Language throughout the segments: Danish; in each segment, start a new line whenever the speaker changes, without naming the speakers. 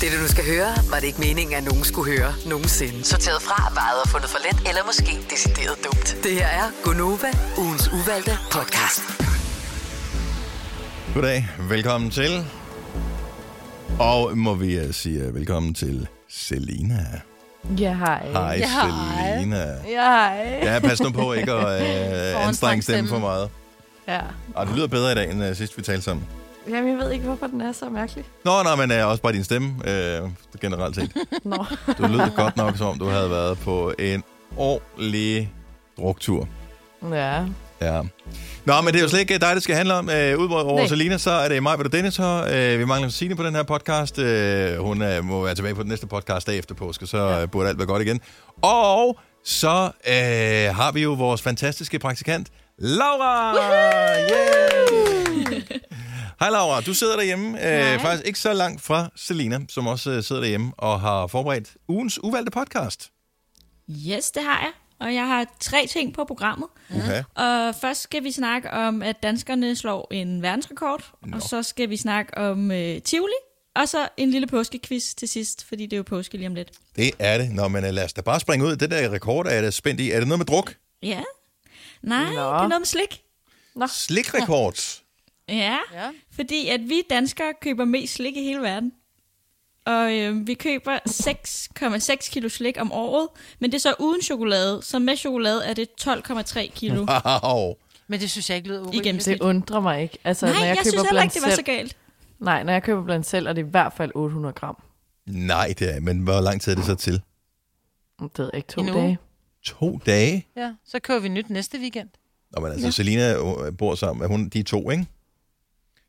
Det, du nu skal høre, var det ikke meningen, at nogen skulle høre nogensinde. Sorteret fra, vejet og fundet for let, eller måske decideret dumt. Det her er Gonova, ugens uvalgte podcast.
Goddag, velkommen til. Og må vi øh, sige øh, velkommen til Selina.
Ja, hej.
Hej,
Ja, hej.
Selina.
Ja, hej.
Ja, pas nu på ikke at øh, anstrenge stemmen for
stemmen.
meget.
Ja.
Og det lyder bedre i dag, end øh, sidst vi talte sammen.
Jamen, jeg ved ikke, hvorfor den er så mærkelig.
Nå, nej, men øh, også bare din stemme øh, generelt set.
Nå.
Du lød godt nok, som om du havde været på en ordentlig druktur.
Ja.
Ja. Nå, men det er jo slet ikke dig, det skal handle om. Øh, Udover over
Nej.
Selina, så er det mig, og Dennis her. Øh, vi mangler Signe på den her podcast. Øh, hun øh, må være tilbage på den næste podcast dag efter påske, så ja. burde alt være godt igen. Og så øh, har vi jo vores fantastiske praktikant, Laura! Yay! Hej Laura, du sidder derhjemme, øh, faktisk ikke så langt fra Selina, som også øh, sidder derhjemme og har forberedt ugens uvalgte podcast.
Yes, det har jeg. Og jeg har tre ting på programmet.
Okay.
Og først skal vi snakke om, at danskerne slår en verdensrekord. No. Og så skal vi snakke om øh, Tivoli. Og så en lille påskequiz til sidst, fordi det er jo påske lige om lidt.
Det er det. Nå, men øh, lad os da bare springe ud. Det der rekord er jeg da spændt i. Er det noget med druk?
Ja. Nej,
Nå.
no. det er noget med slik.
Slikrekord.
Ja. ja. Fordi at vi danskere køber mest slik i hele verden. Og øh, vi køber 6,6 kilo slik om året, men det er så uden chokolade. Så med chokolade er det 12,3 kilo
Wow.
Men det synes jeg ikke lyder
i
urimeligt.
Det
gennemsnit.
undrer mig ikke. Altså,
Nej,
når jeg,
jeg, jeg
køber
synes heller
blandt
ikke, det var så
selv,
galt.
Nej, når jeg køber blandt selv, er det i hvert fald 800 gram.
Nej, det er, men hvor lang tid er det så til?
Det er ikke to
En uge.
dage.
To dage?
Ja, så kører vi nyt næste weekend.
Nå, men altså, ja. Selina øh, bor sammen med hun, de er to, ikke?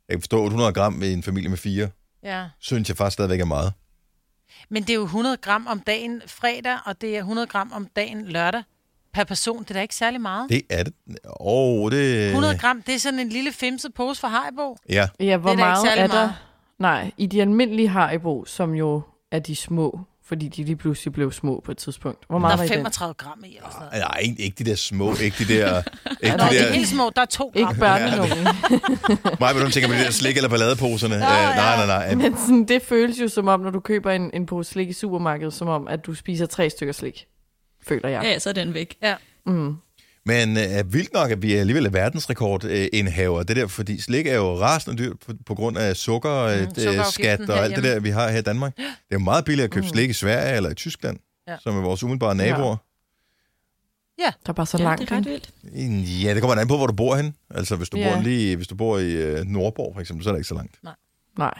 Jeg kan forstå, 800 gram i en familie med fire,
Ja.
synes jeg faktisk stadigvæk er meget.
Men det er jo 100 gram om dagen fredag, og det er 100 gram om dagen lørdag per person. Det er da ikke særlig meget.
Det er det. Åh, oh, det...
100 gram, det er sådan en lille femset pose fra Haribo.
Ja,
Ja, hvor
Det er da ikke
meget
særlig
er der?
meget.
Nej, i de almindelige Haribo, som jo er de små, fordi de lige pludselig blev små på et tidspunkt. Hvor
Der
meget
er
var i den?
35 gram i. Eller sådan noget.
nej, ikke- ikke de der små, ikke de der... ikke
Nå,
de
det er
der...
helt små, der er 2 gram.
Ikke børnenungen.
Mig, men hun tænker på de der slik- eller balladeposerne. Nå, øh, nej, nej, nej.
Men sådan, det føles jo som om, når du køber en, en pose slik i supermarkedet, som om, at du spiser tre stykker slik. Føler jeg.
Ja, så er den væk.
Ja.
Men øh, vildt nok, at vi alligevel er verdensrekordindhaver. Det der, fordi slik er jo rasende dyrt på, på grund af sukkerskat mm,
sukkerafgiften
skat og alt det
herhjemme.
der, vi har her i Danmark. Det er jo meget billigt at købe mm. slik i Sverige eller i Tyskland, ja.
Ja.
som er vores umiddelbare naboer.
Der er bare så
Ja,
langt.
det er ret
ikke?
vildt.
Ja. ja, det kommer an på, hvor du bor hen. Altså, hvis du, yeah. bor,
Ja.
lige, hvis du bor i øh, Nordborg, for eksempel, så er det ikke så langt.
Nej.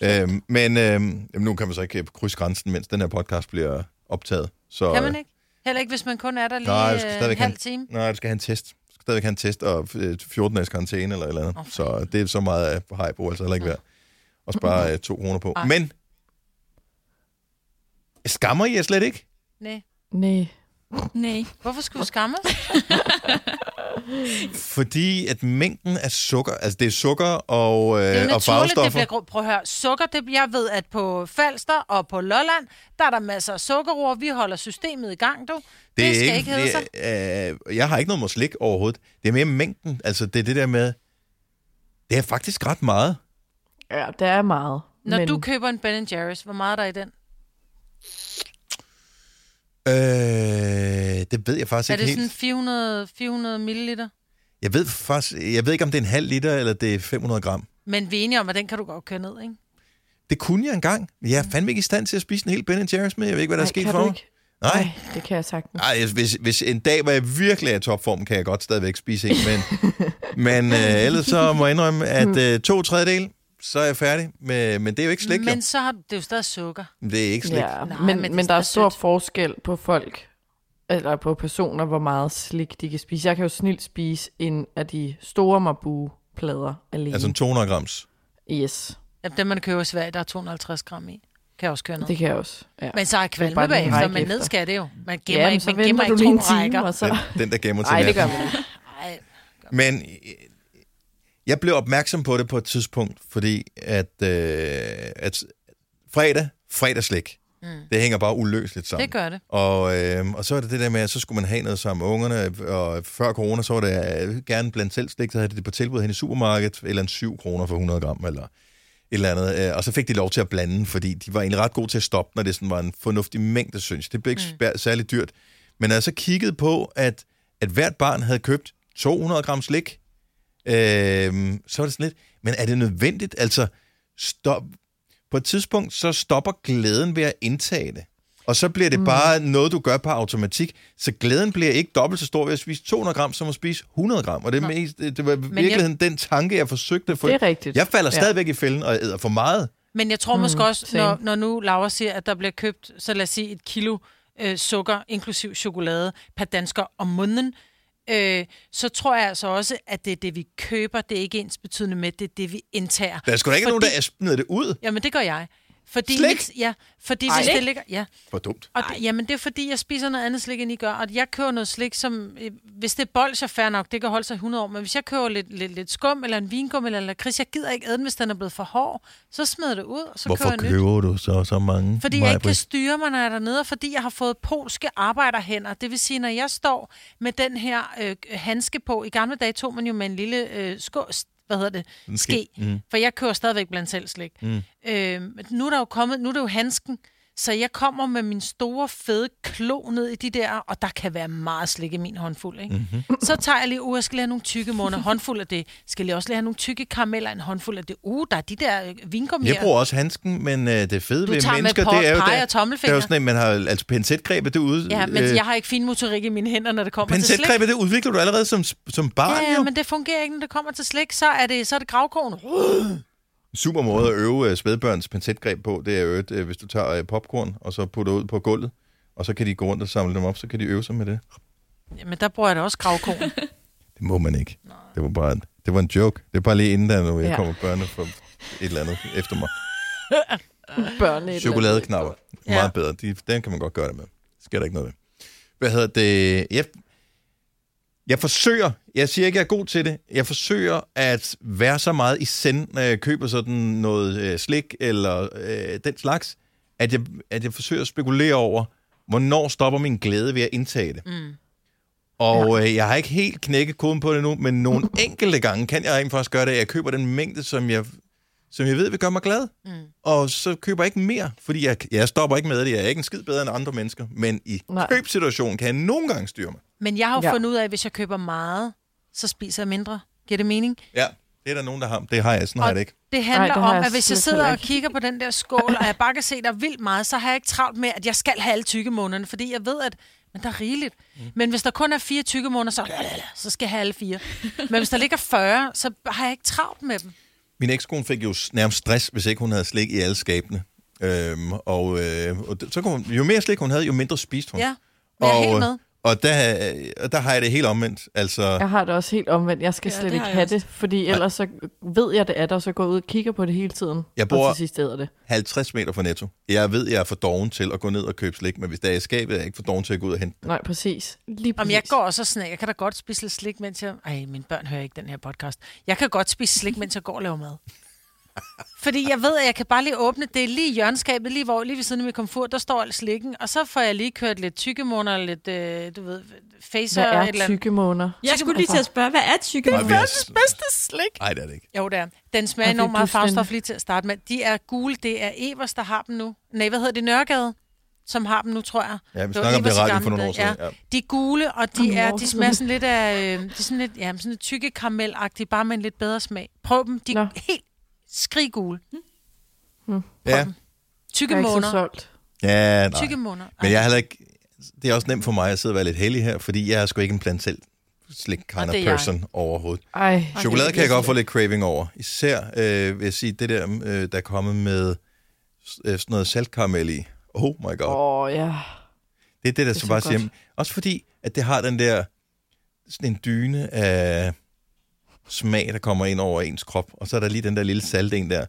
Øhm, men øhm, jamen, nu kan man så ikke øh, krydse grænsen, mens den her podcast bliver optaget. Så,
Kan man
øh,
ikke? Heller ikke, hvis man kun er der lige
Nej,
Nej,
du skal
øh,
stadigvæk
en
have
halv
en,
time.
nej, du skal have en test. Du skal stadigvæk have en test og øh, 14 dages karantæne eller et eller andet. Okay. Så det er så meget af hype, altså heller ikke værd. Og spare øh, to kroner på. Ej. Men skammer I jer slet ikke?
Nej.
Nej.
Nej.
Hvorfor skulle vi skamme os?
Fordi at mængden af sukker, altså det er sukker og,
Det er
øh,
jo
og
naturligt, det
farvestoffer.
bliver grå. Prøv at høre, sukker, det, jeg ved, at på Falster og på Lolland, der er der masser af sukkerroer. Vi holder systemet i gang, du. Det, det skal ikke, ikke hedde sig.
det, øh, Jeg har ikke noget mod slik overhovedet. Det er mere mængden. Altså det er det der med, det er faktisk ret meget.
Ja, der er meget.
Når
men
men... du køber en Ben Jerry's, hvor meget er der i den?
Øh, det ved jeg faktisk
Er
ikke
det
helt.
sådan 400, 400 milliliter?
Jeg ved faktisk, jeg ved ikke, om det er en halv liter, eller det er 500 gram.
Men vi er enige om, at den kan du godt køre ned, ikke?
Det kunne jeg engang. Jeg er fandme ikke i stand til at spise en hel Ben Jerry's med. Jeg ved ikke, hvad der er
Nej,
sket
Mm. kan
for
du
mig.
ikke?
Nej.
Nej, det kan jeg sagtens.
Ej, altså, hvis, hvis en dag, hvor jeg virkelig er i topform, kan jeg godt stadigvæk spise en. Men, men øh, ellers så må jeg indrømme, at
Mm.
øh, to tredjedel, så er jeg færdig. Men, men det er jo ikke slik,
Men
men...
så har du, det er jo stadig sukker.
Det er ikke slik.
Ja,
Nej,
men,
men det
men,
er
men der er
stadig
stor
sødt.
forskel på folk, eller på personer, hvor meget slik de kan spise. Jeg kan jo snilt spise en af de store Marabou-plader alene.
Altså en 200 grams.
yes,
Jamen, dem, man køber i Sverige, der er 250 gram i. Kan jeg også køre ned.
det kan jeg også. Ja.
Men så er
Det er bare
kvalme
din
bagefter,
række
men ned
efter.
skal det jo. Man gemmer
ja, men
ikke,
så
man gemmer
venter du
ikke
lige
to
en time,
rækker.
og så...
Den, den der gemmer til
Nej, det gør
natten.
man ikke.
Ej,
Men øh, jeg blev opmærksom på det på et tidspunkt, fordi at, øh, at fredag, fredagslik, mm. det hænger bare uløseligt sammen.
det gør det.
Og, øh, og så er det det der med, at så skulle man have noget sammen med ungerne, og før corona, så var det øh, gerne blandt selv slik, så havde de det på tilbud hen i supermarkedet, eller en 7 kroner for 100 gram, eller eller andet, øh, og så fik de lov til at blande, fordi de var egentlig ret gode til at stoppe, når det sådan var en fornuftig mængde, synes jeg. Det blev ikke mm. særlig dyrt. Men når jeg så kiggede på, at, at hvert barn havde købt 200 gram slik, øh, så var det sådan lidt, men er det nødvendigt? Altså, stop. på et tidspunkt, så stopper glæden ved at indtage det. Og så bliver det mm. bare noget, du gør på automatik. Så glæden bliver ikke dobbelt så stor ved at spise 200 gram, som at spise 100 gram. Og det, er mest, det var i virkeligheden jeg... den tanke, jeg forsøgte at få.
Det er rigtigt.
Jeg falder
Ja.
stadigvæk i fælden og æder for meget.
Men jeg tror mm, måske også,
same.
når, når nu Laura siger, at der bliver købt, så lad os sige, et kilo øh, sukker, inklusiv chokolade, per dansker om måneden, øh, så tror jeg altså også, at det er det, vi køber, det er ikke ens betydende med, det er det, vi indtager.
Der er sgu da ikke Fordi... nogen, der smider det ud.
Jamen, det gør jeg. Fordi
Slik?
Mit, ja, fordi hvis
Slik?
det ligger... Ja.
For dumt.
Og det, jamen, det er fordi, jeg spiser noget andet slik, end I gør. Og jeg køber noget slik, som... øh, Hvis det er bolsjer, fair nok, det kan holde sig i 100 år. Men hvis jeg køber lidt, lidt, lidt skum, eller en vingum, eller en lakrids, jeg gider ikke æde den, hvis den er blevet for hård, så smider jeg det ud, og så køber
Hvorfor
jeg nyt.
køber du så, så mange?
Fordi jeg ikke kan
Maj-Brit?
styre mig, når jeg er dernede, og fordi jeg har fået polske arbejderhænder. Det vil sige, når jeg står med den her øh, handske på, i gamle dage tog man jo med en lille øh, sko, hvad hedder det, ske, mm. for jeg kører stadigvæk blandt selv slik. Mm. Øh, nu er der jo kommet, nu er det jo handsken, så jeg kommer med min store, fede klo ned i de der, og der kan være meget slik i min håndfuld, ikke? Mm-hmm. Så tager jeg lige, uh, jeg skal lige have nogle tykke måneder, håndfuld af det. Skal jeg også lige have nogle tykke karameller, en håndfuld af det. Uh, der er de der øh, vingummi
Jeg
her.
bruger også handsken, men øh, det fede
Du
ved
tager med
mennesker,
pot,
det er jo,
pege
der,
og
der
tommelfinger.
er jo sådan, at man har, altså pincetgrebet, det, ud,
Ja, men jeg har ikke fin motorik i mine hænder, når det kommer til slik.
pincetgrebet, det udvikler du allerede som, som barn,
Ja, ja,
jo.
men det fungerer ikke, når det kommer til slik. Så er det, så er det gravkogen.
Super måde at øve øh, spædbørns pincetgreb på, det er jo, øh, hvis du tager øh, popcorn, og så putter ud på gulvet, og så kan de gå rundt og samle dem op, så kan de øve sig med det.
Jamen, der bruger jeg da også gravkogen.
Det må man ikke. Det var bare en, det var en joke. Det er bare lige inden der, når jeg
Ja.
kommer børnene for et eller andet efter mig.
Børne et
Chokoladeknapper.
Ja.
Meget bedre. De, den kan man godt gøre det med. Sker der ikke noget ved. Hvad hedder det? Jeg, jeg forsøger, jeg siger ikke, jeg er god til det, jeg forsøger at være så meget i send, når jeg køber sådan noget øh, slik eller øh, den slags, at jeg, at jeg forsøger at spekulere over, hvornår stopper min glæde ved at indtage det. Mm. Og øh, jeg har ikke helt knækket koden på det nu, men nogle enkelte gange kan jeg rent faktisk gøre det. at Jeg køber den mængde, som jeg, som jeg ved vil gøre mig glad. Mm. Og så køber jeg ikke mere, fordi jeg, jeg stopper ikke med det. Jeg er ikke en skid bedre end andre mennesker. Men i
Nej.
købsituationen kan jeg nogle gange styre mig.
Men jeg har jo
Ja.
ja. fundet ud af, at hvis jeg køber meget, så spiser jeg mindre. Giver det mening?
Ja, det er der nogen, der har. Det har jeg. Sådan har jeg det ikke.
Det handler
Ej, det
Ej,
har
om,
jeg
at hvis jeg
slet
sidder
heller
og
ikke.
kigger på den der skål, og jeg bare kan se, der er vildt meget, så har jeg ikke travlt med, at jeg skal have alle tykke månederne, fordi jeg ved, at men der er rigeligt. Mm. Men hvis der kun er fire tykke måneder, så, så skal jeg have alle fire. Men hvis der ligger 40, så har jeg ikke travlt med dem.
Min ekskone fik jo s- nærmest stress, hvis ikke hun havde slik i alle skabene. Øhm, og øh, og d- så kunne hun, jo mere slik hun havde, jo mindre spiste hun.
Ja, men jeg er helt
øh,
med.
Og der, øh, og der har jeg det helt omvendt. Altså, ja.
Jeg har det også helt omvendt. Jeg skal
Ja,
ja,
det
slet
har
ikke
jeg
have
også.
det, fordi ellers så ved jeg, det er der, og så går jeg ud og kigger på det hele tiden.
Jeg bor-
Og til sidst æder det.
50 meter fra Netto. Jeg ved, jeg er for doven til at gå ned og købe slik, men hvis der er i skabet, er jeg ikke for doven til at gå ud og hente.
Nej, præcis. Lige præcis.
Om jeg går også og snakker. Jeg kan da godt spise lidt slik, mens jeg... Ej, mine børn hører ikke den her podcast. Jeg kan godt spise slik, mens jeg går og laver mad. Fordi jeg ved, at jeg kan bare lige åbne det lige i hjørneskabet, lige hvor lige ved siden af min komfort, der står alt slikken. Og så får jeg lige kørt lidt tykkemåner, lidt, øh, du ved, facer
Hvad
et
er
eller andet.
tykke måneder?
Jeg skulle lige til at
altså,
spørge, hvad er tykke?
Nej, vi har...
bedste slik.
Nej, det er det ikke.
Jo, det er. Den
Og
smager
det er
enormt meget
fuldstændig-
farvestof lige til at starte med. De er gule. Det er Evers, der har dem nu. Nej, hvad hedder det? Nørregade? som har dem nu, tror jeg.
Ja, vi
var
snakker om det i
Evers i
radioen
gamle
for nogle år
dage.
siden, ja.
De er gule, og de, er,
Åh.
de smager sådan lidt af... Øh, de er sådan lidt, ja, sådan lidt tykke karamelagtige, bare med en lidt bedre smag. Prøv dem. De er
Nå.
helt skriggule.
Ja.
Tykke
Jeg er ikke så
måneder.
solgt.
Ja, nej.
Tykke måneder.
Men jeg er heller ikke... Det er også nemt for mig at sidde og være lidt heldig her, fordi jeg er sgu ikke en blandt selv slik kind
Og
of
det er jeg.
person overhovedet.
Ej,
Chokolade kan jeg godt få lidt craving over. Især, øh, vil jeg sige, det der, øh, der er kommet med s- øh, sådan noget saltkaramel i. Oh my god.
åh oh, ja.
Det er det, der
er
så
så
bare
godt.
siger. Også fordi, at det har den der, sådan en dyne af smag, der kommer ind over ens krop. Og så er der lige den der lille salte en der,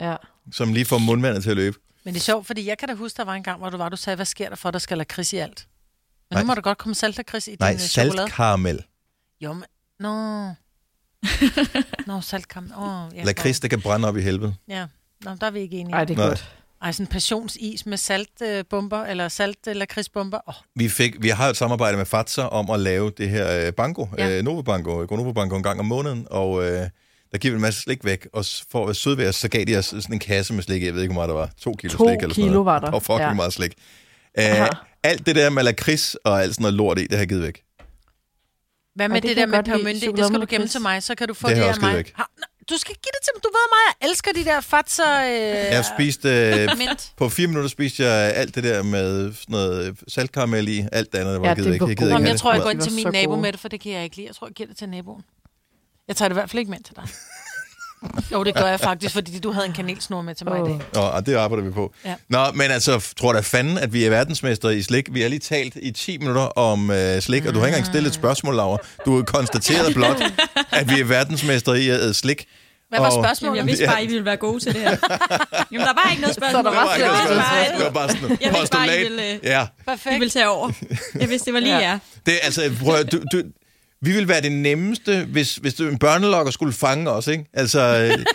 ja.
som lige får mundvandet til at løbe.
Men det er sjovt, fordi jeg kan da huske, der var en gang, hvor du var, du sagde, hvad sker der for, der skal lakrids i alt? Men
Nej.
nu må der godt komme saltlakrids i
Nej,
din øh, chokolade.
saltkaramel.
Jo, men... Nå. Nå, saltkam. Åh, ja.
Lakrids, der kan brænde op i helvede.
Ja. Nå, men der er vi ikke enige.
Ej,
Ej,
det er
Nej.
godt.
Ej sådan en passionsis med saltbomber, øh, eller salt eller krigsbomber. Åh,
Vi, fik, vi har jo et samarbejde med Fatsa om at lave det her øh, banko, ja.
Ja.
øh, Novo Banko, Novo Banko en gang om måneden, og øh, der giver vi en masse slik væk, og s- for at være søde ved os, så gav de os sådan en kasse med slik, jeg ved ikke, hvor meget der var, to kilo
To
slik eller sådan
kilo
noget.
var der,
Der var fucking
ja.
meget slik. Uh, alt det der med lakrids og alt sådan noget lort i, det har jeg givet væk.
Hvad
Ej,
med
det kan
det, der
jeg
med
godt lide.
permynte? Det
Chokolade
skal
med
du gemme
lakrids.
til mig, så kan du få
Det
det,
har jeg
af
også givet
mig.
væk.
Har, nej, du skal give det til mig. Du ved mig, jeg elsker de der fatser. Øh,
Jeg har spist, øh,
mint.
på fire minutter spiste jeg alt det der med sådan noget øh, saltkaramel i, alt det andet, der var
Ja,
ja,
det
givet væk.
var
Jeg
god.
gider
Jamen,
ikke
jeg tror, jeg går
jeg
ind
Det
til
var
min
så
nabo
gode.
med det, for det kan jeg ikke lide. Jeg tror, jeg giver det til naboen. Jeg tager det i hvert fald ikke med til dig. Jo, det gør jeg faktisk, fordi du havde en kanelsnor med til mig i dag.
Nå, og det arbejder vi på. Ja.
Ja.
Nå, men altså, f- tror da fanden, at vi er verdensmester i slik. Vi har lige talt i 10 minutter om øh, slik, og du har ikke engang stillet et spørgsmål, Laura. Du har konstateret blot, at vi er verdensmester i at æde slik.
Hvad var
Og-
Jamen,
spørgsmålet?
jeg vidste bare, I ville være gode til det her. Jamen, der var ikke noget spørgsmål.
Så der
Det var
var
ikke
slet
noget spørgsmål. Det
ikke
et-
var bare sådan
Jeg
et
vidste bare, I
postulat.
ville, øh,
Ja.
I ville
Perfekt.
tage over. Jeg vidste, det var lige
Ja.
jer.
Det er altså, prøv, at- du, du, vi ville være det nemmeste, hvis, hvis du, en børnelokker skulle fange os, ikke? Altså, øh,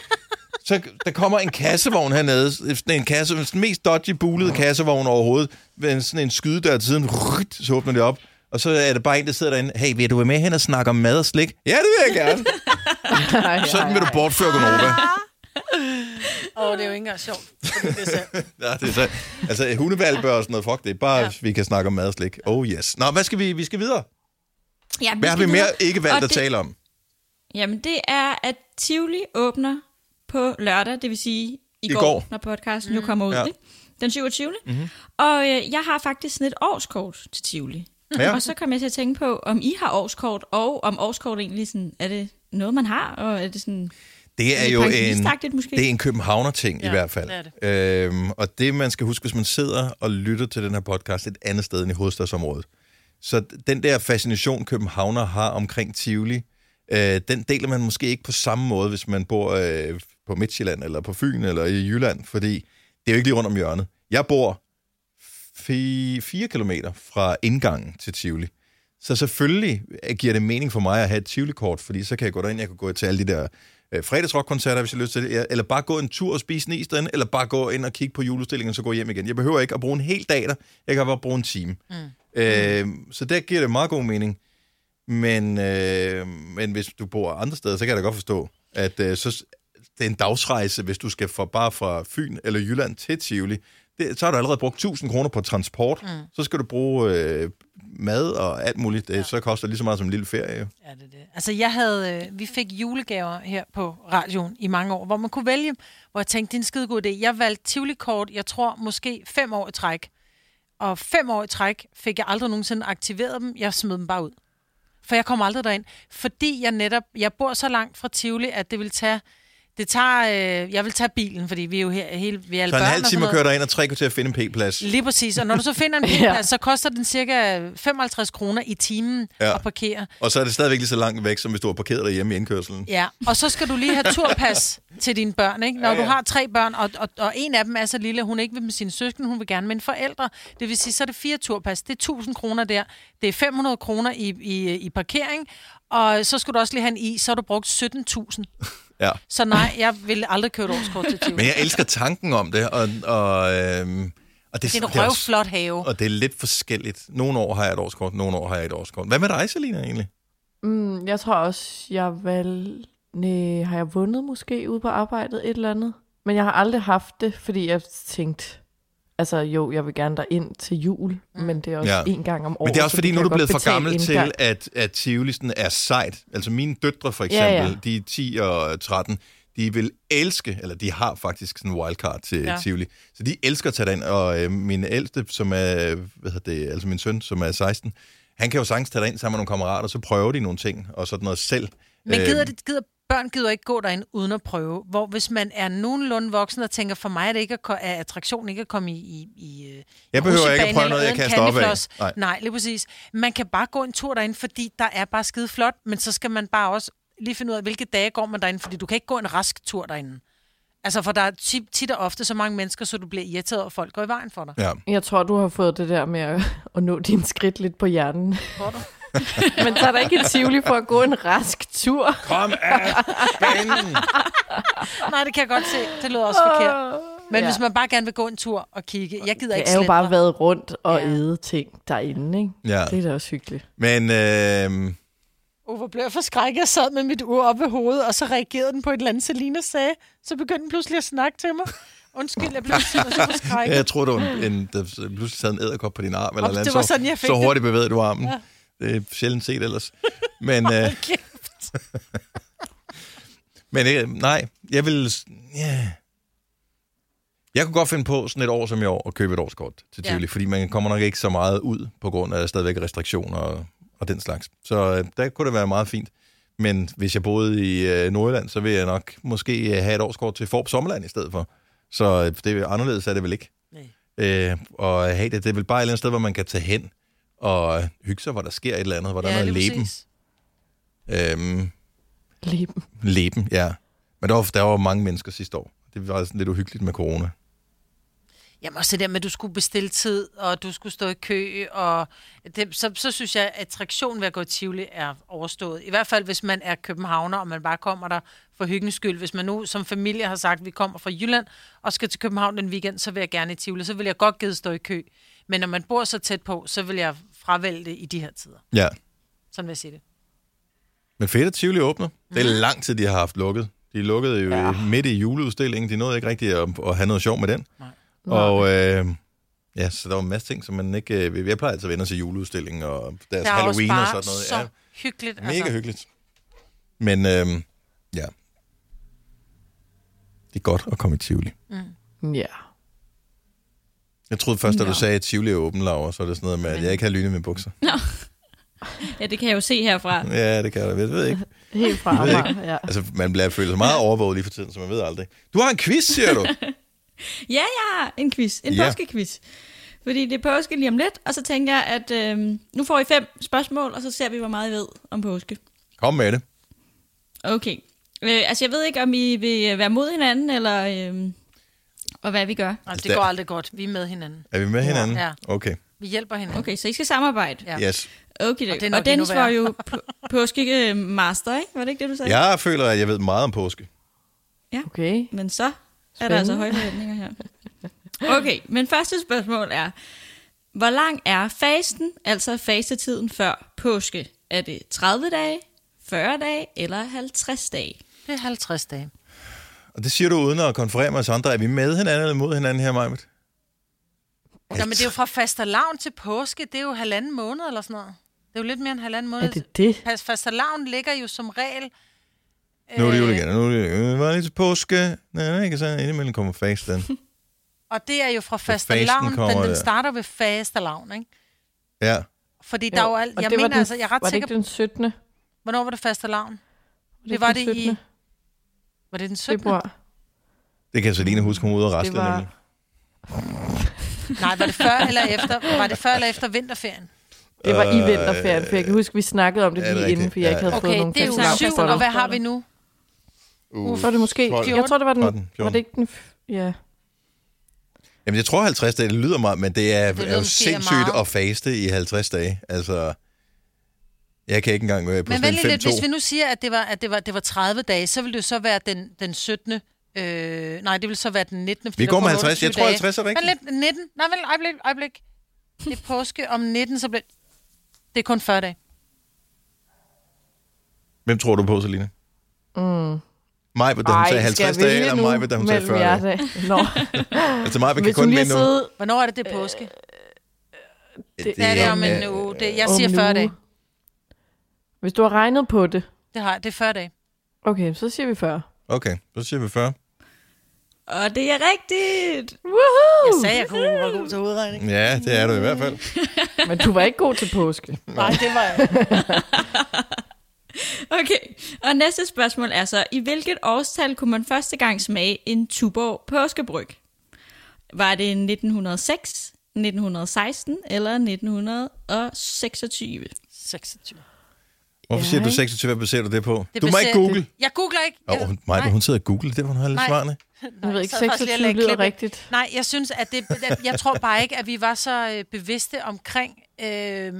så der kommer en kassevogn hernede, sådan en kasse, den mest dodgy bulede kassevogn overhovedet, med sådan en skydedør til siden, Rrrt, så åbner det op, og så er det bare en, der sidder derinde, hey, vil du være med hen og snakke om mad og slik? Ja, det vil jeg gerne.
Ej,
Sådan vil du bortføre Gunova.
Åh, det er jo ikke engang sjovt. fordi det er sandt.
Ja, det er så. Altså, hundevalper og sådan noget, fuck det, er bare, ja. vi kan snakke om mad og slik. Oh yes. Nå, hvad skal vi, vi skal videre?
Ja,
Hvad har vi
skal
mere
videre.
ikke valgt at
Og det-
tale om?
Jamen, det er, at Tivoli åbner på lørdag, det vil sige i,
I
I går,
går.
går, når podcasten mm. nu kommer ud,
Ja. Mhm.
ja. den 27. Mm-hmm. Og øh, jeg har faktisk sådan et årskort til Tivoli.
Ja.
Ja. Og så kom jeg til at tænke på, om I har årskort, og om årskort egentlig sådan, er det noget, man har, og er det sådan...
Det er
Lidt
jo en,
pensionistagtigt måske.
det er en københavner-ting ja, i
Ja,
hvert fald.
det er
det. Øhm, og det, man skal huske, hvis man sidder og lytter til den her podcast et andet sted end i hovedstadsområdet, så d- den der fascination, københavner har omkring Tivoli, øh, den deler man måske ikke på samme måde, hvis man bor øh, på Midtjylland, eller på Fyn, eller i Jylland, fordi det er jo ikke lige rundt om hjørnet. Jeg bor 4 kilometer fra indgangen til Tivoli. Så selvfølgelig øh, giver det mening for mig at have et Tivoli-kort, fordi så kan jeg gå derind, jeg kan gå til alle de der øh, fredagsrockkoncerter, hvis jeg har lyst til det, Ja, eller bare gå en tur og spise en is derinde, eller bare gå ind og kigge på julestillingen, og så gå hjem igen. Jeg behøver ikke at bruge en hel dag der, jeg kan bare bruge en time. Mm. Øh, så der giver det meget god mening. Men, øh, men hvis du bor andre steder, så kan jeg da godt forstå, at øh, så, s- det er en dagsrejse, hvis du skal fra, bare fra Fyn eller Jylland til Tivoli. Det, så har du allerede brugt 1000 kroner på transport. Mm. Så skal du bruge øh, mad og alt muligt. Det, ja. Så koster det lige så meget som en lille ferie.
Ja, det er det. Altså, jeg havde, øh, vi fik julegaver her på radioen i mange år, hvor man kunne vælge, hvor jeg tænkte, det er en skide god idé. Jeg valgte Tivoli-kort, jeg tror måske fem år i træk. Og fem år i træk fik jeg aldrig nogensinde aktiveret dem. Jeg smed dem bare ud. For jeg kom aldrig derind. Fordi jeg netop, jeg bor så langt fra Tivoli, at det vil tage, det tager, øh, jeg vil tage bilen, fordi vi er jo her, hele, vi er alle
Så en
børn
halv
og sådan
time at
noget.
køre dig ind og tre kvarter at finde en p-plads.
Lige præcis. Og når du så finder en bil,
Ja.
ja. så koster den cirka 55 kroner i timen
Ja.
ja. at parkere.
Og så er det stadigvæk lige så langt væk, som hvis du var parkeret derhjemme i indkørselen.
Ja, og så skal du lige have turpas til dine børn, ikke? Når
Ja,
ja,
ja.
ja. du har tre børn, og, og, og en af dem er så lille, hun er ikke vil med sine søskende, hun vil gerne med en forældre. Det vil sige, så er det fire turpas. Det er 1000 kroner der. Det er 500 kroner i, i, i parkering. Og så skal du også lige have en is, så har du brugt 17.000.
Ja.
Så nej, jeg vil aldrig køre et årskort til Tivoli.
Men jeg elsker tanken om det, og, og, øhm, og det,
Det er en
det også-
røvflot have.
Og det er lidt forskelligt. Nogle år har jeg et årskort, nogle år har jeg et årskort. Hvad med dig, Selina, egentlig?
Mm, jeg tror også, jeg valg... Næ, har jeg vundet måske ude på arbejdet et eller andet? Men jeg har aldrig haft det, fordi jeg tænkte, altså jo, jeg vil gerne derind til jul, mm. men det er også
Ja.
en gang om året.
Men det er
så
også fordi,
kan
nu er
jeg
du blevet
godt
for
betale
gammel til,
indgang.
at, at Tivoli sådan er sejt. Altså mine døtre for
Ja,
eksempel, ja,
ja.
ja. de er 10 og 13, de vil elske, eller de har faktisk sådan en wildcard til ja.
Ja.
Tivoli. Så de elsker at tage derind, og øh, min ældste, som er, hvad hedder det, altså min søn, som er 16, han kan jo sagtens tage derind sammen med nogle kammerater, så prøver de nogle ting og sådan noget selv.
Men gider,
Øhm,
det, gider børn gider ikke gå derind uden at prøve. Hvor hvis man er nogenlunde voksen og tænker, for mig er det ikke at, ko- er attraktion ikke at komme i, i, i øh,
Jeg behøver ikke at
rutsjebane
prøve
eller
noget, jeg
æde en
kaster op af.
candyfloss.
Nej.
Nej. Nej, lige præcis. Man kan bare gå en tur derinde, fordi der er bare skide flot, men så skal man bare også lige finde ud af, hvilke dage går man derinde, fordi du kan ikke gå en rask tur derinde. Altså, for der er tit, tit og ofte så mange mennesker, så du bliver irriteret, og folk går i vejen for dig.
Ja.
Jeg tror, du har fået det der med at, at nå dine skridt lidt på hjernen.
Tror du?
Men tager der ikke et Tivoli for at gå en rask tur?
Kom af banen!
Nej, det kan jeg godt se. Det lyder også forkert. Men
Ja.
hvis man bare gerne vil gå en tur og kigge, jeg gider ikke
Det er jo
slendre.
bare været rundt og
Ja.
æde ting derinde, ikke?
Ja.
Det er da også hyggeligt.
Men øh,
Oh, hvor blev jeg forskrækket. Jeg sad med mit ur op ved hovedet, og så reagerede den på et eller andet, Selina sagde. Så begyndte den pludselig at snakke til mig. Undskyld, jeg blev simpelthen så forskrækket.
Jeg tror, det var en, en, der pludselig sad en æderkop på din arm. Eller
Ops,
noget
det var
andet,
sådan, jeg fik
Så
det.
hurtigt bevægede du armen. Ja. Det er sjældent set ellers. Men, øh,
Kæft.
men øh, nej, jeg vil... Ja. Jeg kunne godt finde på sådan et år som i år at købe et årskort til
Ja.
Tivoli, ja. fordi man kommer nok ikke så meget ud på grund af stadigvæk restriktioner og, og den slags. Så øh, der kunne det være meget fint. Men hvis jeg boede i øh, Nordjylland, så ville jeg nok måske øh, have et årskort til Forb Sommerland i stedet for. Så øh, det, anderledes er det vel ikke. Øh, og hey, det, det er vel bare et eller andet sted, hvor man kan tage hen og øh, hygge sig, hvor der sker et eller andet, hvor der er noget leben. Øhm,
Leben.
leben, ja. Men der var, der var mange mennesker sidste år. Det var sådan lidt uhyggeligt med corona.
Jamen også det der med, at du skulle bestille tid, og du skulle stå i kø, og det, så, så synes jeg, at attraktionen ved at gå i Tivoli er overstået. I hvert fald, hvis man er københavner, og man bare kommer der for hyggens skyld. Hvis man nu som familie har sagt, at vi kommer fra Jylland og skal til København den weekend, så vil jeg gerne i Tivoli. Så vil jeg godt gide stå i kø. Men når man bor så tæt på, så vil jeg fravælge det i de her tider.
Ja.
Sådan vil jeg sige det.
Men fedt, at Tivoli åbner. Det er
Mhm.
lang tid, de har haft lukket. De lukkede jo ja. midt i juleudstillingen. De nåede ikke rigtig at, at have noget sjov med den. Nej. Og øh, ja, så der var en masse ting, som man ikke... Øh, jeg plejer altid at vende til juleudstillingen og deres
Der er
Altså, Halloween og
også
sådan
bare
noget.
så hyggeligt.
ja, mega altså. hyggeligt. Men øh, ja, det er godt at komme i Tivoli.
Ja.
Jeg troede først, da du
Nå.
sagde, at Tivoli er åben, Laura, så er det sådan noget med, at jeg ikke har lyne i mine bukser.
Ja, det kan jeg jo se herfra.
Ja, det kan jeg da. Jeg ved ikke.
Helt fra
Jeg ved
Amager,
ikke.
ja.
Altså, man bliver følt så meget overvåget lige for tiden, så man ved aldrig. Du har en quiz, siger du?
Ja, jeg har en quiz. En
Ja.
ja. påskequiz. Fordi det er påske lige om lidt, og så tænker jeg, at øhm, nu får I fem spørgsmål, og så ser vi, hvor meget I ved om påske.
Kom med det.
Okay. Øh, altså, jeg ved ikke, om I vil øh, være mod hinanden, eller øhm, og hvad vi gør.
Nej, det
Der-
går aldrig godt. Vi er med hinanden.
Er vi med hinanden?
Ja.
Okay.
Vi hjælper hinanden. Okay.
Okay, så I skal samarbejde.
Ja.
Yes.
Okay,
Og det er
og,
nok
og Dennis
endnu
var
værre.
jo p- påskemaster, ikke? Var det ikke det, du sagde?
Jeg føler, at jeg ved meget om påske.
Okay.
Men så er der altså høje forventninger her. Okay, men første spørgsmål er, hvor lang er fasten, altså fastetiden før påske? Er det 30 dage, 40 dage eller 50 dage?
Det er 50 dage.
Og det siger du uden at konferere med os andre. Er vi med hinanden eller mod hinanden her, Majmet?
Nå, men det er jo fra fastelavn til påske, det er jo halvanden måned eller sådan noget. Det er jo lidt mere end halvanden måned.
Er det det?
Pas, fastelavn ligger jo som regel...
Nu er det
Øh.
jul igen. og Nu er det jul. Var lige til påske. Nej, nej, ikke så. Indimellem kommer fasten.
Og det er jo fra
fasten
fastelavn,
kommer,
den, den
ja.
starter ved fastelavn, ikke?
Ja.
Fordi der er jo alt...
og
Jeg
det var
mener
den,
altså, jeg er
var
ret sikker
det
på...
ikke den 17. Var
Hvornår var det fastelavn?
det,
Det
ikke
var
den
det i
17.
Var det den 17.
februar.
Det kan Selina huske, hun var ude og
Det
raste
var...
nemlig.
Nej, var det før eller efter? Var det før eller efter vinterferien?
Det var i vinterferien, for jeg kan huske, vi snakkede om det
Ja, det er
Øh, lige inden,
rigtigt.
for jeg ikke
Ja,
havde fået
Okay,
nogen
det er jo
fastelavn.
syv,
fastlavnsboller.
og hvad har vi nu?
Uh,
Var det måske?
12.
Jeg tror, det var den...
13, 14.
Var det ikke den... f- Ja.
Jamen, jeg tror 50 dage, det lyder meget, men det er, det
lyder
er jo
måske
sindssygt
meget.
at faste i 50 dage. Altså, jeg kan ikke engang være på
Men
sådan
vent
en
lige lidt,
5-2.
hvis vi nu siger, at det var, at det var, det var 30 dage, så ville det jo så være den, den 17. Øh, nej, det vil så være den 19. fordi
Vi
der
går med
kommer
50.
28
Jeg tror,
dage.
50 er
Vent
rigtigt.
lidt, 19. Nej, vent, øjeblik, øjeblik. Det er påske om 19, så bliver... Det er kun 40 dage.
Hvem tror du på, Selina? Mm. Majbet, da hun sagde 50 dage, eller Majbet, da hun sagde 40 dage?
Nå,
Altså, Majbet kan
hvis hun
kun
lige
vinde
har
nu.
siddet...
Hvornår er det, det er påske? Øh, det er det om
øh,
en uge. Det, jeg
om
siger
en
40
uge.
dage.
Hvis du har regnet på det...
Det, har, jeg. det er 40 dage.
Okay, så siger vi 40.
Okay, så siger vi 40.
Og det er rigtigt!
Woohoo!
Jeg sagde, jeg kunne være god til udregning.
Ja, det er du i hvert fald.
Men du var ikke god til påske.
Nej, det var jeg.
Okay, og næste spørgsmål er så, i hvilket årstal kunne man første gang smage en Tuborg påskebryg? Var det 1906, 1916 eller 1926?
26.
Hvorfor
Ja,
siger du
ikke?
26? Hvad baserer du det på?
Det
du må
baserer-
ikke google.
Jeg googler ikke.
Åh, oh, Majbet, hun sidder og googler det, hvor hun har alle
Nej.
svarene.
Jeg ved ikke,
sad faktisk lige og
26
lagde
lyder
klippet.
rigtigt.
Nej, jeg synes, at det, at jeg tror bare ikke, at vi var så øh, bevidste omkring, øh,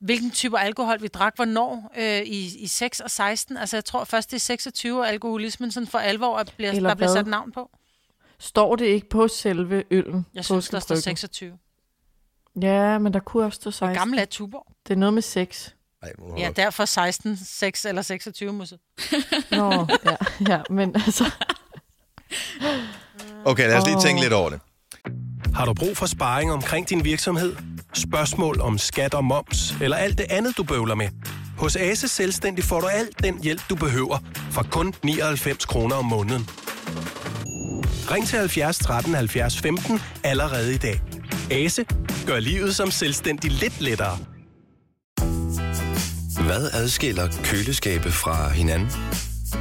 hvilken type alkohol vi drak, hvornår øh, i, i 6 og 16. Altså, jeg tror først, det er 26, at alkoholismen sådan for alvor at bliver,
Eller
der bliver
hvad?
sat navn på.
Står det ikke på selve øllen?
Jeg synes, der står
påskebryggen?
26.
Ja, men der kunne også stå 16.
Gammel er Tuborg.
Det er noget med 6.
Ej, nu
Ja,
ja, der...
derfor 16, 6 eller 26 musse.
Nå, ja, ja, men altså...
Okay, lad os lige
Åh.
tænke lidt over det.
Har du brug for sparring omkring din virksomhed? Spørgsmål om skat og moms, eller alt det andet, du bøvler med? Hos Ase Selvstændig får du alt den hjælp, du behøver, for kun 99 kroner om måneden. Ring til 70 13 70 15 allerede i dag. Ase gør livet som selvstændig lidt lettere.
Hvad adskiller køleskabe fra hinanden?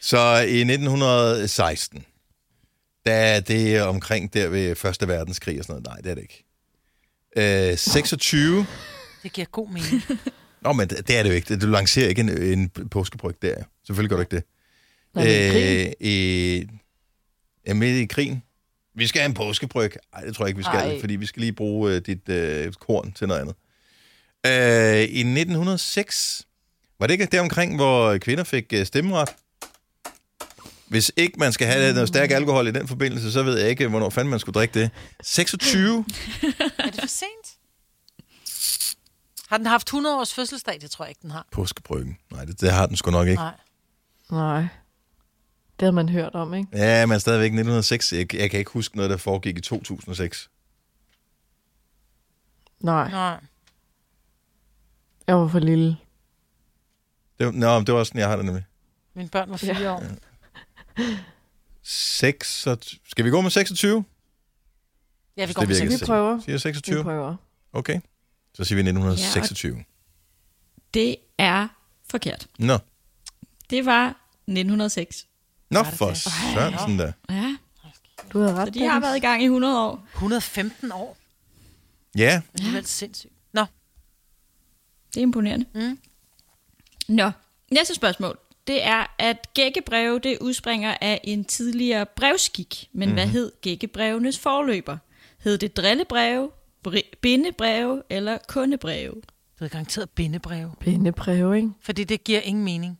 Så i 1916, der er det omkring der ved Første Verdenskrig og sådan noget. Nej, det er det ikke. Øh, 26.
Det giver god mening.
Nå, men det, det er det jo ikke. Du lancerer ikke en, en påskebryg der. Selvfølgelig gør du ikke det.
Når det er krig,
øh, ja, midt i krigen. Vi skal have en påskebryg. Nej, det tror jeg ikke, vi skal, Ej.
Ej.
fordi vi skal lige bruge øh, dit øh, korn til noget andet. Øh, I 1906, var det ikke deromkring, hvor kvinder fik øh, stemmeret? Hvis ikke man skal have noget stærk alkohol i den forbindelse, så ved jeg ikke, hvornår fanden man skulle drikke det. 26?
er det for sent? Har den haft 100 års fødselsdag? Det tror jeg ikke, den har.
Påskebryggen. Nej, det, det har den sgu nok ikke.
Nej.
Nej. Det havde man hørt om, ikke?
Ja, men stadigvæk 1906. Jeg, jeg kan ikke huske noget, der foregik i 2006.
Nej,
Nej.
jeg var for lille.
Det, var- nå, men det var sådan, jeg har det nemlig.
Mine børn var fire ja. år.
6, skal vi gå med 26?
Ja, vi
Det
går med
virker
seks.
Vi
sikkert.
prøver.
Siger
Vi
26?
prøver.
Okay. Så siger vi 1926.
Det er forkert.
Nå.
Det var 1906.
Nå, for Sørensen da.
Ja,
Du havde
så
ret,
de har været i gang i 100 år.
115 år.
Ja,
Det er vel sindssygt. Nå,
Det er imponerende. Mm. Nå, næste spørgsmål. Det er, at gækkebreve, det udspringer af en tidligere brevskik. Men mm. hvad hed gækkebrevenes forløber? Hed det drillebreve, bri- bindebreve eller kundebreve?
du har garanteret bindebreve.
Pindeprøve, ikke?
Fordi det giver ingen mening.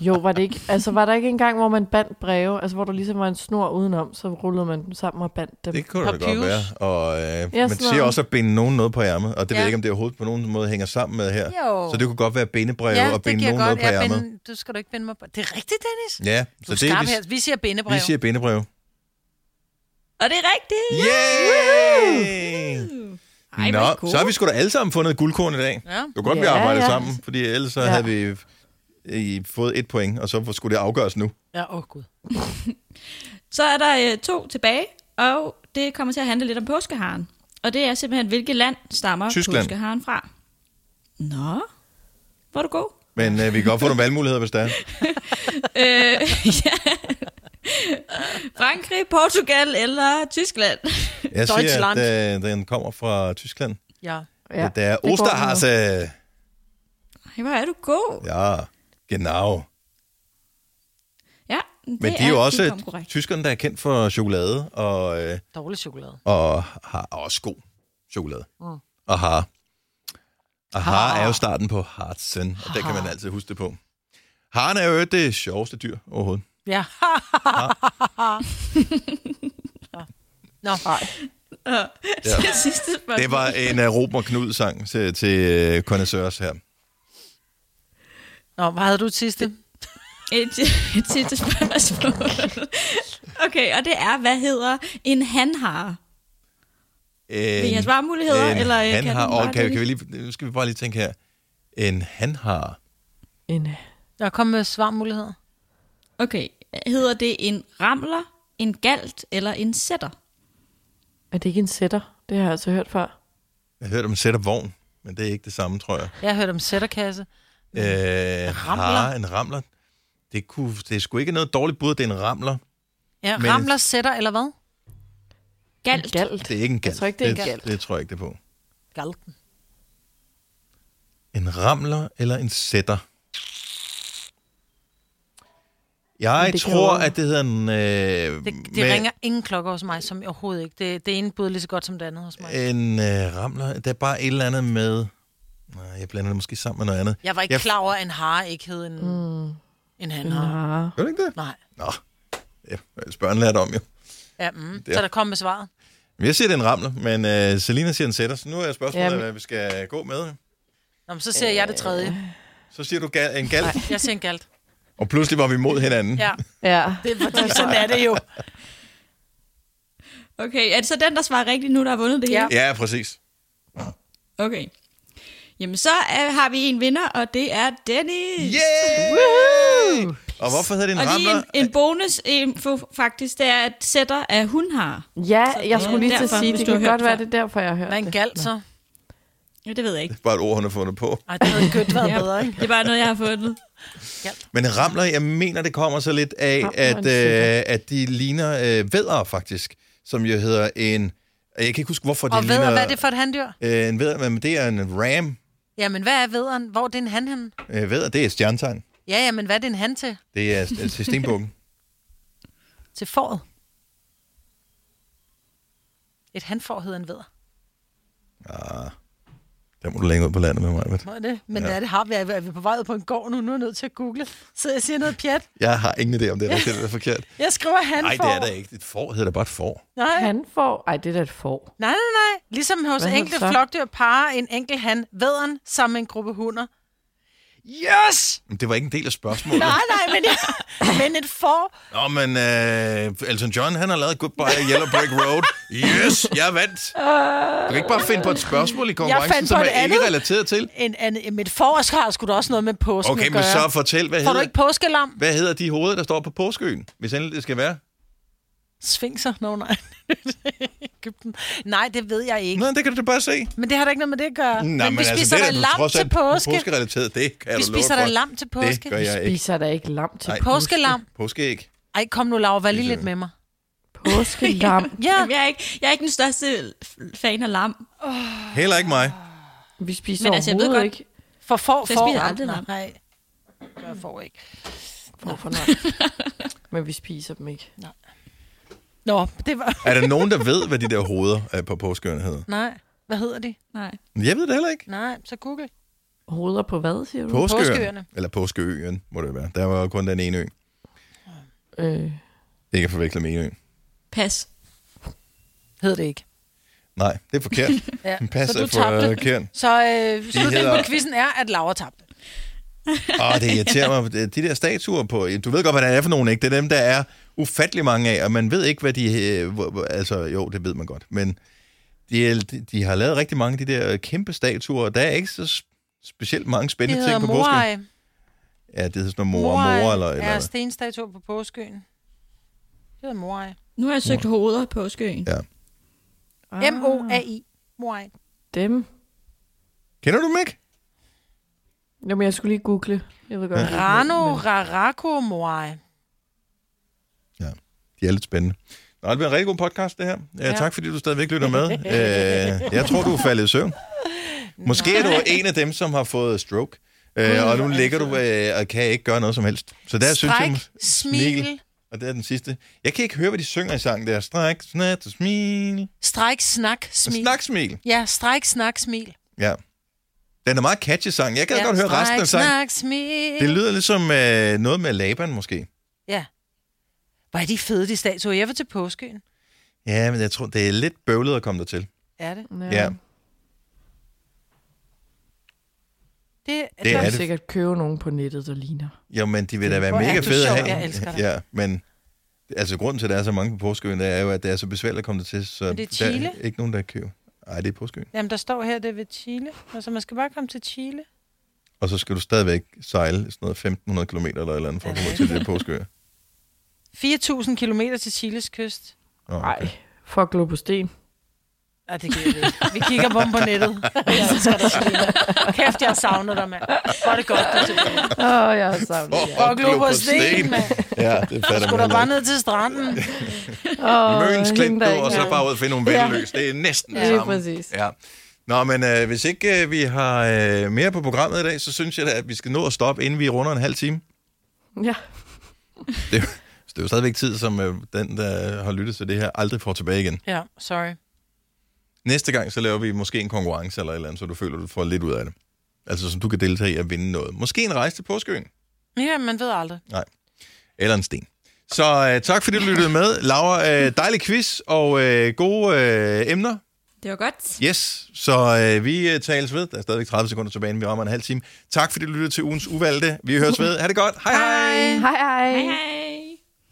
Jo, var det ikke... Altså, var der ikke engang, hvor man bandt breve? Altså, hvor der ligesom var en snor udenom, så rullede man dem sammen og bandt dem.
det kunne da
Og
godt
pius.
være. Og øh,
Ja,
man
sådan
siger
noget.
også at binde nogen noget på ærmet, og det ved jeg
Ja.
ikke, om det overhovedet på nogen måde hænger sammen med her.
Jo.
Så det kunne godt være bindebrev og binde nogen noget på
Ja,
ærmet.
binde, du skal du ikke binde mig på. Det er rigtigt, Dennis.
Ja,
Du
så
er
det er,
skarp
vi,
her. Vi siger bindebrev.
vi siger bindebrev.
Og det er rigtigt!
Yeah!
Ej, hvor er I
Nå,
gode.
så har vi sgu da alle sammen fundet et guldkorn i dag.
Ja.
Det var godt, ja, vi
Ja,
arbejdede
ja.
sammen, fordi ellers så
Ja.
havde vi øh, fået et point, og så skulle det afgøres nu.
Ja, åh oh, gud.
Så er der øh, to tilbage, og det kommer til at handle lidt om påskeharen. Og det er simpelthen, hvilket land stammer
Tyskland.
påskeharen fra? Nå, hvor er du god.
Men øh, vi kan godt få nogle valgmuligheder, hvis der er.
Øh, Frankrig, Portugal eller Tyskland?
Jeg siger,
Deutschland.
at øh, den kommer fra Tyskland.
Ja.
Ja, det er
det går
Osterhase.
nu.
Ej, Øh, hvor er du god.
Ja, genau.
Ja,
Men
det
de er jo også
fuldkommen korrekt.
tyskerne, der er kendt for chokolade, og, øh,
Dårlig chokolade.
og har og også god chokolade.
Mm.
Og har. Og har er jo starten på Harzen, og der kan man altid huske det på. Haren er jo det sjoveste dyr overhovedet.
Ja. Nå, nej.
Ja. Det sidste spørgsmål.
Det var en uh, Robert Knud-sang til, til uh, connoisseurs her.
Nå, hvad havde du til sidste?
Et, et sidste spørgsmål. Okay, og det er, hvad hedder en hanhare?
En,
Vil I have svarmuligheder,
en
eller, øh,
han
kan
har,
den
og
bare
kan,
det?
kan vi lige, nu skal vi bare lige tænke her. En han har.
En,
Jeg kom med svarmuligheder.
Okay, hedder det en ramler, en galt eller en sætter?
er det ikke en sætter? Det har jeg altså hørt før.
Jeg hørte om en sættervogn, men det er ikke det samme, tror jeg.
Jeg har hørt om sætterkasse.
Øh,
Ramler.
Har en ramler. Det, kunne, det er sgu ikke noget dårligt bud, det er en ramler.
Ja,
Men-
ramler, sætter eller hvad?
Galt.
Galt.
Det er ikke en galt.
tror ikke, det er en galt.
Det, det tror jeg ikke, det er på.
Galten.
En ramler eller en sætter? Jeg
Men det kan
tror,
jo-
at det hedder en... Øh,
Det, det
med
ringer ingen klokker hos mig, som overhovedet ikke. Det, det ene bud er lige så godt som det andet hos mig.
En øh, ramler. Der er bare et eller andet med... Nej, jeg blander det måske sammen med noget andet.
Jeg var ikke
jeg-
klar over, at en hare ikke hed en, mm. en hanhare.
Ah,
Gør du ikke det?
Nej.
Nå, ja, altså, spørgen lærte om jo.
Ja, mm.
Der.
Så der kom med svaret.
Men Jeg siger, det er en ramler, men øh, Selina siger en sætter, så nu er spørgsmålet,
Jamen.
hvad vi skal gå med.
Nå, men så ser jeg det tredje.
Så siger du gal, en galt,
Jeg ser en galt.
og pludselig var vi mod hinanden.
Ja,
ja.
det er fordi, sådan er det jo.
Okay, er det så den, der svarer rigtigt nu, der har vundet det hele?
Ja.
ja præcis.
Okay. Jamen, så øh, har vi en vinder, og det er Dennis.
Yeah! Og hvorfor hedder det en
Og lige
ramler?
en, en bonus info, faktisk, det er, at sætter er hundhar.
Ja, jeg skulle lige til at
Derfor,
sige,
hvis
det
du har
kan godt
hørt det
være,
før.
det er derfor, jeg har hørt
Hvad er en
det.
galt så?
Ja, det ved jeg ikke.
Bare et ord, hun har fundet på.
Ej, det havde kødt været bedre, ikke?
Det er bare noget, jeg har fundet.
Men ramler, jeg mener, det kommer så lidt af,
Ramler
at,
og en sætter.
øh, at de ligner øh, vædder, faktisk, som jo hedder en... Jeg kan ikke huske, hvorfor de
Og ved,
ligner...
hvad er det for et handdyr?
Øh, en vædder, men det er en ram.
Jamen, hvad er vederen? Hvor er det en han henne?
Øh, vædder, det er stjernetegn.
Ja, ja, men hvad er det en han til?
Det er øh, til stenbukken.
Til fåret? Et hanfor hedder en veder.
Der må du længere ud på landet med mig. Vet.
Må jeg det? Men ja. er det har vi, er vi- er vi på vej ud på en gård nu? Nu er jeg nødt til at google. Så jeg siger noget pjat.
Jeg har ingen idé, om det er rigtigt eller forkert.
Jeg skriver han
Nej, det er der ikke. Et får hedder da bare et får.
Nej.
Han får... Ej, det er da et får.
nej, nej, nej. Ligesom hos
Hvad hedder det
enkelte
så?
flokdyr parer en enkelt han vederen sammen med en gruppe hunder. Yes!
Men det var ikke en del af spørgsmålet.
Nej, nej, men, jeg, men et får.
Nå, men øh, Elton John, han har lavet Goodbye Yellow Brick Road. Yes, jeg vandt. Du kan ikke bare finde på et spørgsmål i konkurrencen,
fandt på
som
et
jeg ikke er
andet.
relateret til.
En, en, en, et får har sgu da også noget med påsken
Okay,
at
men
gøre.
så fortæl, hvad
Får du
hedder,
ikke påskelam?
hvad hedder de hoveder, der står på påskeøen, hvis endelig det skal være?
Sfinkser? Nå, nej. Ægypten. Nej, det ved jeg ikke.
Nå, det kan du da bare se. altså,
Men det har da ikke noget med det at gøre. men vi spiser
det
da
er da
lam
trods
til
alt
påske.
Påskerelateret, det kan jeg da
Vi
love
spiser
dig
da
for.
lam til påske.
Det gør jeg ikke.
Spiser der ikke lam til
Nej.
Påskelam.
Påskeæg.
Ej, kom nu, Laura, vær lige lidt med mig.
påskelam?
Ja,
Jamen, jeg, er ikke, jeg er ikke den største f- fan af lam.
Heller ikke mig.
Vi spiser
Men
Men,
altså,
altså,
jeg ved
overhovedet
godt-
ikke.
for får,
Så jeg
får.
spiser aldrig lam.
Nej, det gør får ikke.
Hvorfor nej? Men vi spiser dem ikke.
Nå, det var...
Er der nogen, der ved, hvad de der hoveder øh, på påskeøen hedder?
Nej, hvad hedder de?
Nej.
Jeg ved det heller ikke.
Nej, så google.
Hoveder på hvad, siger du?
Påskeøen.
Påskeøerne.
Eller påskeøen, må det være. Der var jo kun den ene ø.
Øh,
Ikke at forveksle med Enø.
Pas.
Hed det ikke.
Nej, det er forkert.
Ja.
Pas
så du
er forkert.
Så øh, slutningen
hedder-
på quizzen er, at Laura tabte.
Åh, det irriterer mig. De der statuer på... Du ved godt, hvad der er for nogen, ikke? Det er dem, der er ufattelig mange af, og man ved ikke, hvad de... øh, hvor- hvor- Altså, jo, det ved man godt, men... De, er- de- de har lavet rigtig mange af de der kæmpe statuer, og der er ikke så s- specielt mange
Det
spændende
hedder
ting på påsken.
Morai.
Ja, det hedder sådan noget mor, mor eller, eller
Ja, stenstatuer på påskøen. Det hedder Morai.
Nu har jeg søgt hoveder på påskeøen.
Ja.
M-O-A-I. Morai.
ah, dem.
Kender du dem ikke?
Jamen, jeg skulle lige google. Jeg ved godt. Ja.
Rano Rarako Morai.
De er lidt spændende. Nå, det bliver en rigtig god podcast, det her. Ja. Tak, fordi du stadigvæk lytter med. Øh, jeg tror, du er faldet i søvn. Måske er du en af dem, som har fået stroke, øh, og nu ligger du øh, og kan ikke gøre noget som helst. Så der synes jeg...
Stræk, smil,
Og det er den sidste. Jeg kan ikke høre, hvad de synger i sangen der. Stræk, snat og smil.
stræk, snak,
smil.
smil.
Snak, smil.
Ja, stræk, snak, smil.
Ja. Den er meget catchy sang. Jeg kan
ja,
godt høre
stræk,
resten af sangen.
snak, smil.
Det lyder lidt som øh, noget med Laban, måske.
Ja. Hvor er de fede, de statuer. Jeg var til påskøen.
Ja, men jeg tror, det er lidt bøvlet at komme dertil.
Er det?
Ja. ja.
Det,
Det
Jeg
er
kan
det.
sikkert købe nogen på nettet, der ligner.
Jo, men de vil da være
Hvor er
mega
du
fede
sjov.
at have.
Jeg elsker dig.
Ja, men altså, grunden til, at der er så mange på påskeøen, det er jo, at det er så besværligt at komme dertil. Så
Men det er
Der
Chile.
er ikke nogen, der køber. Nej, det er påskeøen.
Jamen, der står her, det er ved Chile. Altså, man skal bare komme til Chile.
Og så skal du stadigvæk sejle sådan noget 1500 km eller et eller andet for at komme ud til det påskeøer.
4.000 km til Chiles kyst.
Oh,
Nej, for at glo på sten.
Ja, det kan jeg ikke. Vi kigger på dem på nettet. Jeg elsker dig, Selina. Kæft, jeg har savnet dig, mand. Hvor er det godt, du er tilbage.
Åh, jeg har savnet jer.
Og glo på sten, mand.
Ja, det fatter
Skulle
man
du bare
heller
ned til stranden?
Åh,
ikke. Møns
hende
klint
der
på, og
ikke
så
engang.
bare ud og finde nogle venneløs. Det er næsten det
Lige
samme.
præcis.
Ja. Nå, men øh, hvis ikke øh, vi har øh, mere på programmet i dag, så synes jeg da, at vi skal nå at stoppe, inden vi runder en halv time.
Ja.
Det, så det er jo stadigvæk tid, som øh, den, der har lyttet til det her, aldrig får tilbage igen.
Ja, sorry.
Næste gang, så laver vi måske en konkurrence eller et eller andet, så du føler, du får lidt ud af det. Altså, som du kan deltage i at vinde noget. Måske en rejse til Påskøen.
Ja, man ved aldrig.
Eller en sten. Så øh, tak, fordi du lyttede med. Laura, øh, dejlig quiz og øh, gode øh, emner.
Det var godt.
Yes, så øh, vi øh, tales ved. Der er stadigvæk 30 sekunder tilbage, inden vi rammer en halv time. Tak, fordi du lyttede til ugens uvalgte. Vi høres ved. Ha' det godt. Hej hej. hej.
Hej, hej.
Hej hej.